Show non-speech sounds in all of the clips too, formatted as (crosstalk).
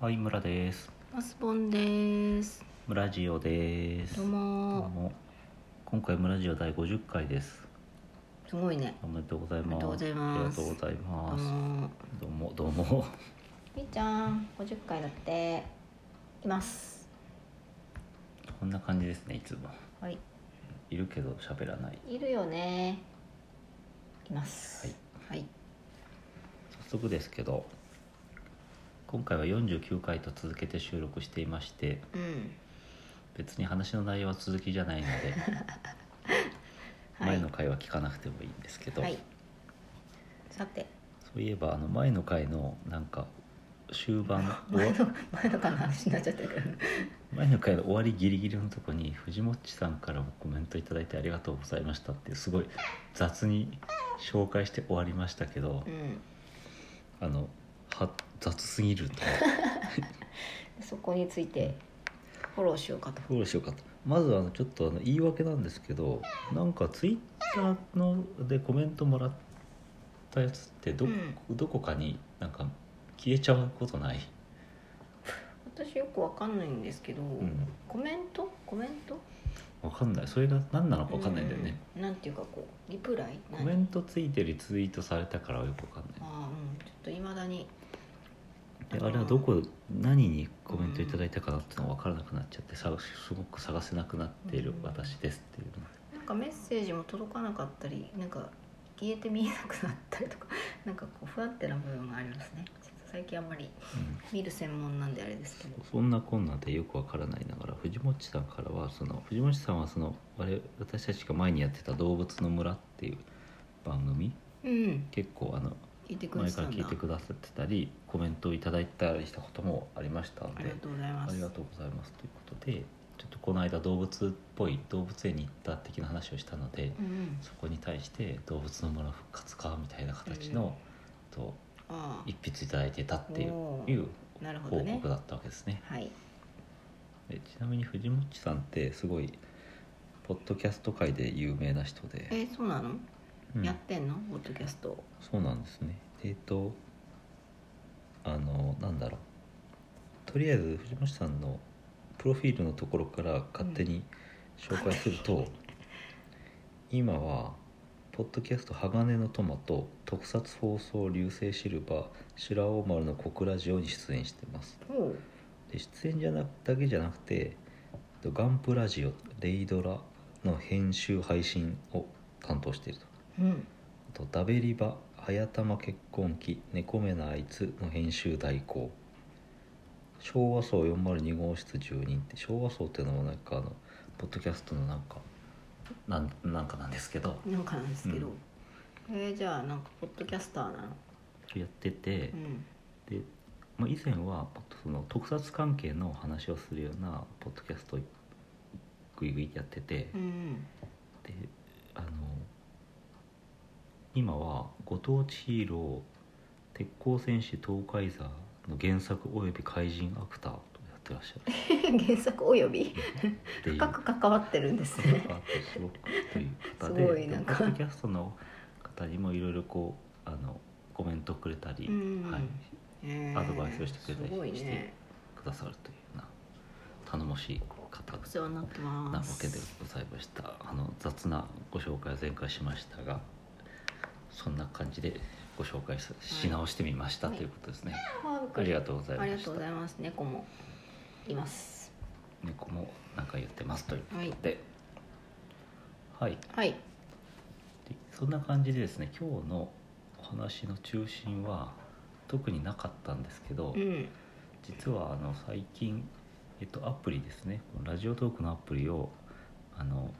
はい、村です。マスボンです。村ジオです。どうもどうも今回村ジオ第50回です。すごいね。おめでとうございます。おめでとうございますありがとうございあます。のどうも、どうも。 (laughs) みーちゃん、50回だって。いきます。こんな感じですね、いつも。はい。いるけど喋らない。いるよね。いきます。はい。早速ですけど、今回は49回と続けて収録していまして、うん。別に話の内容は続きじゃない (laughs) ので、はい前の回は聞かなくてもいいんですけど、はい。さて、そういえばあの前の回のなんか終 (laughs) 盤終わ前の前のかの話になっちゃってるけど。前の回の終わりギリギリのとこに藤もっちさんからもコメントいただいてありがとうございましたってすごい雑に紹介して終わりましたけどうん。あのは雑すぎるとそこについてフォローしようかと。どうしようかとまずあのちょっとあの言い訳なんですけどなんかツイッターのでコメントもらったやつってど,、うんどこかになんか消えちゃうことない、私よくわかんないんですけど、うん、コメントコメントわかんないそれが何なのかわかんないんだよね、うん。なんていうかこうリプライ。コメントついてるツイートされたからはよくわかんないああうんちょっといまだにであれはどこ何にコメントいただいたかなってのが分からなくなっちゃってさすごく探せなくなっているうん私ですっていうのなんかメッセージも届かなかったりなんか消えて見えなくなったりとか (laughs) なんかこう不安定な部分がありますねちょっと最近あんまり見る専門なんであれですけどうんそんなこんなでよくわからないながら藤本さんからはその藤本さんはその我私たちが前にやってた「動物の村」っていう番組うん結構あの聞いてくれ前てかたらん聞いだてくださってたりコメントをいただいたりしたこともありましたのありでがとうございまあすりがとうございますということでちょっとこの間動物っぽい動物園に行った的な話をしたのでうんうん、そこに対して動物の村復活かみたいな形の、とあ一筆いただいてたっていうおーいうあなるほ報どね告だったわけですねはいでちなみに藤本さんってすごいポッドキャスト界で有名な人で、えそうなの、うんやってんのポッドキャストそうなんですねえっ、とあのなんだろうとりあえず藤本さんのプロフィールのところから勝手に紹介すると、今はポッドキャスト「鋼のトマト」「特撮放送流星シルバー」「白尾丸の小ラジオ」に出演してますおうで出演じゃなだけじゃなくてえっとガンプラジオ「レイドラ」の編集配信を担当しているとうんあと「ダベリバ」「早玉結婚記」「猫目なあいつ」の編集代行昭和層402号室住人って昭和層っていうのもなんかあのポッドキャストのなんかなんなんかなんですけどなんかなんですけど、うんえーじゃあなんかポッドキャスターなのやっててうんで、まあ、以前はポッドその特撮関係の話をするようなポッドキャストをグイグイやっててうんうんであの今は「ご当地ヒーロー鉄鋼戦士東海座」の原作および怪人アクターとやってらっしゃる (laughs) 原作およびっていう深く関わってるんです (laughs) ねアーティストロックという方すごいでなんポかッドキャストの方にもいろいろこうあのコメントくれたり、うんはい、えーアドバイスをしてくれたりしてすごいねくださるというような頼もしい方お世話になってますなわけでございましたあの雑なご紹介を前回しましたがそんな感じでご紹介しし直してみましたはいということですね、あびっくありりがとうございありまがしとたうございます猫もいます猫もなんか言ってますというはいことではいはいでそんな感じでですね今日のお話の中心は特になかったんですけど、うん実はあの最近、えっと、アプリですねこのラジオトークのアプリをあの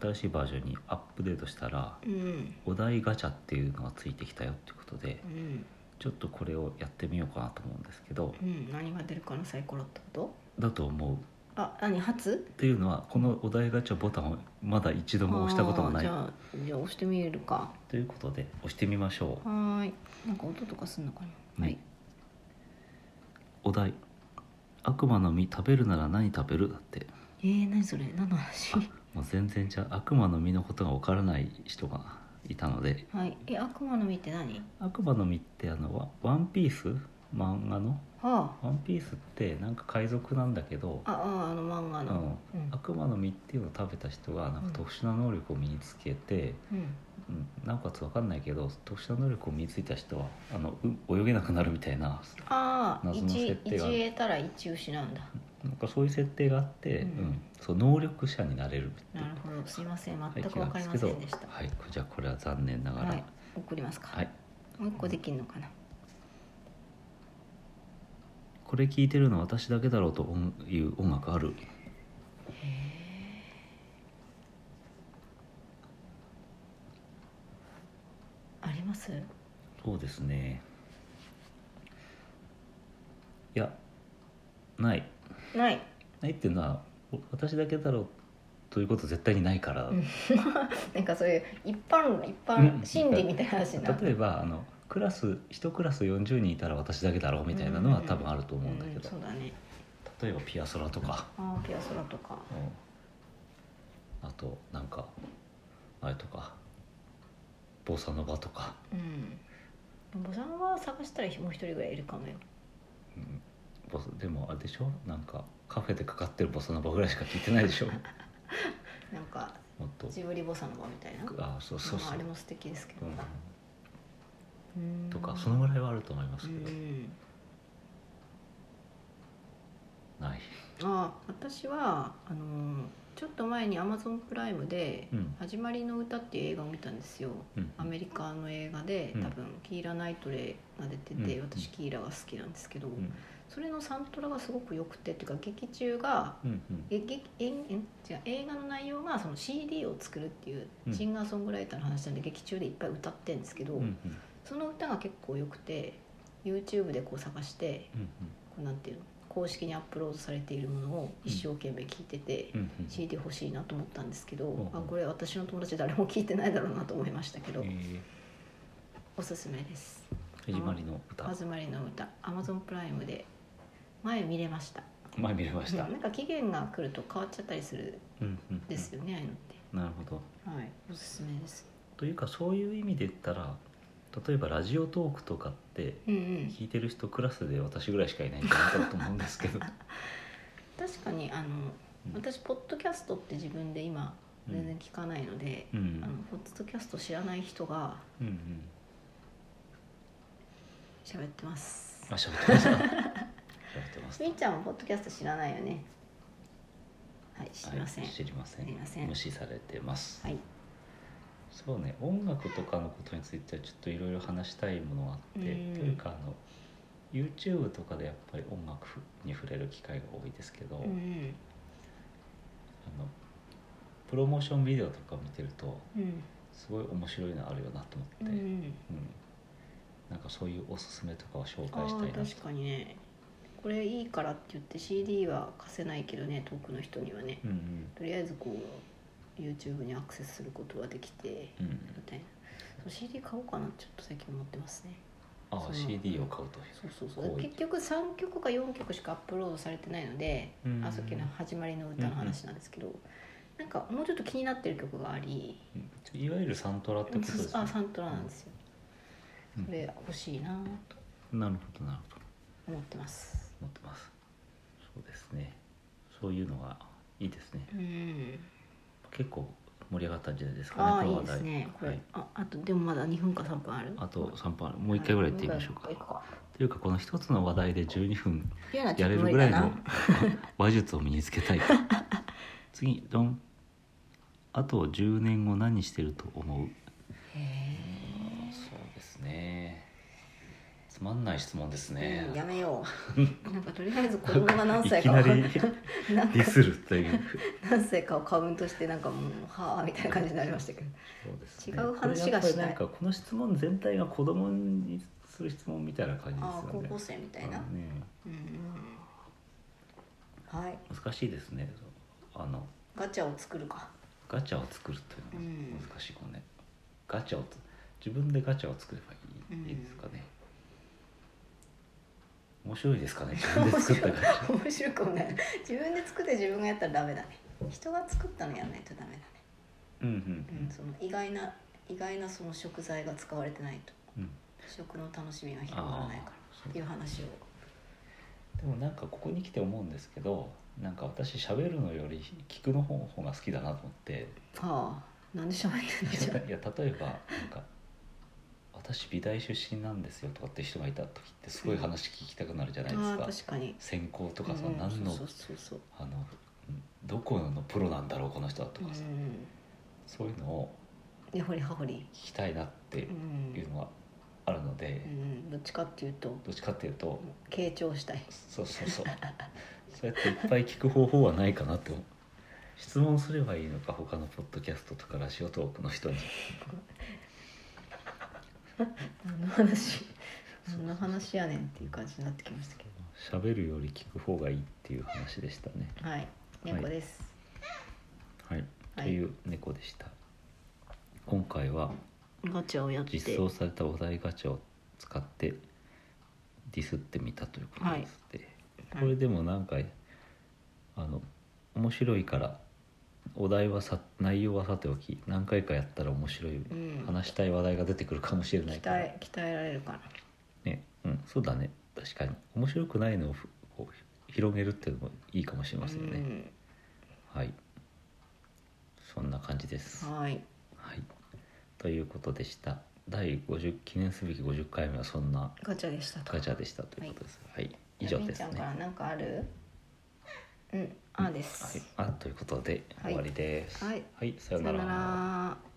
新しいバージョンにアップデートしたらうんお題ガチャっていうのがついてきたよっていうことでうんちょっとこれをやってみようかなと思うんですけどうん何が出るかなサイコロってことだと思うっあ何初ていうのはこのお題ガチャボタンをまだ一度も押したことがないあーじゃあじゃあ押してみるかということで押してみましょはーいなんか音とかすんのかう、なはいお題「悪魔の実食べるなら何食べる?」だってえー、何それ何の話もう全然じゃあ悪魔の実のことがわからない人がいたのではいえ悪魔の実って何悪魔の実ってあのワワンピース漫画のは「ワンピースってなんか海賊なんだけどああああの漫画のうん悪魔の実っていうのを食べた人がなんうんか特殊な能力を身につけて、うんうんなおかつ分かんないけど特殊な能力を身についた人はあのう泳げなくなるみたいなああ謎の一設一定がある得たら一失うんだなんかそういう設定があって、うんうんそう能力者になれるっていなうるほどすいません背全く景があ分るんですかりまけせど、んでしたはい、じゃあこれは残念ながら、はい送りますか、はいもう一個できるのかなこれ聞いてるの私だけだろうという音楽あるありますそうですねいやないないないっていうのはお私だけだろうということは絶対にないから、うんなんかそういう一般一般心理みたいな話にな例えばあのクラス1クラス40人いたら私だけだろうみたいなのは多分あると思うんだけど、そうだね例えばピアソラとか、あーピアソラとかうんあとなんかあれとかボサノバとか、うんボサノバ探したらもう一人ぐらいいるかもようんボサでもあれでしょなんかカフェでかかってるボサノバぐらいしか聞いてないでし (laughs) ょなんかもっとジブリボサノバみたいなあそうそうまあそあうれ、も素敵ですけど、ううんん、とかそのぐらいはあると思いますうけど、んない、あ私はあのーちょっと前にアマゾンプライムでうん「始まりの歌」っていう映画を見たんですようん、アメリカの映画でうん多分キーラ・ナイトレイが出てて、うん私キーラが好きなんですけど、うんそれのサントラがすごく良くてっていうか劇中がうんうんえ劇えんえん違う映画の内容がその CD を作るっていううんシンガーソングライターの話なんで劇中でいっぱい歌ってるんですけど、うんうんうんその歌が結構良くて YouTube でこう探してこうなんていうの公式にアップロードされているものを一生懸命聞いてて、うんうん CD 欲しいなと思ったんですけど、うんあこれ私の友達誰も聞いてないだろうなと思いましたけえど、ーおすすめです始まりの「歌まずまりの歌」Amazon プライムで前見れました前見れました、うんなんか期限が来ると変わっちゃったりするうんうんうんんですよね、ああいうのってなるほどはいおすすめですというかそういう意味で言ったら例えばラジオトークとかってうんうん聞いてる人クラスで私ぐらいしかいないんじゃないかなと思うんですけど確かにあのうん私ポッドキャストって自分で今うん全然聞かないので、うんあのポッドキャスト知らない人がうんうん喋ってますあ喋ってました喋ってますみーちゃんはポッドキャスト知らないよねはい知りません、はい知りません知りません無視されてます、はいそうね音楽とかのことについてはちょっといろいろ話したいものがあってとうんいうかあの YouTube とかでやっぱり音楽に触れる機会が多いですけど、うんうんあのプロモーションビデオとか見てるとうんすごい面白いのあるよなと思うって、うんんなんかそういうおすすめとかを紹あ介あしたいなー確かにねこれいいからって言って CD は貸せないけどね遠くの人にはねうんうんとりあえずこう YouTube にアクセスすることはできてうんみたいなそう CD 買おうかなってちょっと最近思ってますねあそあう CD を買うというそうそうそうこういう結局3曲か4曲しかアップロードされてないので、うんあさっきの始まりの歌の話なんですけど、なんかもうちょっと気になってる曲があり、うんいわゆるサントラってことですねあサントラなんですよ、うんそれ欲しいなとなるほどなるほど思ってます思ってますそうですねそういうのがいいですねうん結構盛り上がったんじゃないですあかあねいこいの話で題すねこれ、はい、ああとでもまだ2分か3分あるあと3分あるもう1回ぐらい行ってみましょうか、はもう一回行くかというかこの一つの話題で12分いややれるぐらいの (laughs) 話術を身につけたい (laughs) 次ドンあと10年後何してると思うそうですねつまんない質問ですね、やめよ (laughs) うなんかとりあえず子供が何歳かいきなりなんかディスるという何歳かをカウントしてなんかもうはあみたいな感じになりましたけどそうです、違うこれ話がしたいやっぱりなんかこの質問全体が子供にする質問みたいな感じああ高ですよね校生みたいな、うんねうんうんはい難しいですねあのガチャを作るかガチャを作るというのうんが難しいかもね、ガチャをつ自分でガチャを作ればいい,、うんいいですかね面白いですかね自分で作ったガチャ面白いかもね自分で作って自分がやったらダメだね人が作ったのやらないとダメだね、うんうんうん、その意外な意外なその食材が使われてないとうん、うん、食の楽しみが広がらあないかあっていう話をでもなんかここに来て思うんですけどなんか私喋るのより聞くの方方が好きだなと思ってああなんで喋 (laughs) ってんのじゃいや例えばなんか「私美大出身なんですよ」とかって人がいた時ってすごい話聞きたくなるじゃないであすあか、確かに専攻とかさ、うん何のそうそうそうあのどこのプロなんだろうこの人はとそうかさ、うんそういうのを根掘り葉掘り聞きたいなってういんうのがあるので、うんどっちかっていうとどっちかっていうと傾聴したいそうそうそう (laughs) そうやっていっぱい聞く方法はないかなと質問すればいいのか他のポッドキャストとかラジオトークの (laughs) 人に何の話そう何の話やねんっていう感じになってきましたけど喋るより聞く方がいいっていう話でしたねはい、猫です。はい、はいという猫でした今回はガチャをやって。実装されたお題ガチャを使ってディスってみたということですで、はいこれでもなんかあの面白いからお題はさ内容はさておき何回かやったら面白い、ん話したい話題が出てくるかもしれない鍛からえ、鍛えられるかな。ねうん、そうだね確かに面白くないのをふこう広げるっていうのもいいかもしれませんね、はいそんな感じですうん、はい、はいということでした第50記念すべき50回目はそんなガチャでしたと。ガチャでしたということですはい、以上ですみーちゃんねからはいなんかある。うん、あーです。あということではい終わりですはいはい、さようなさよらなら。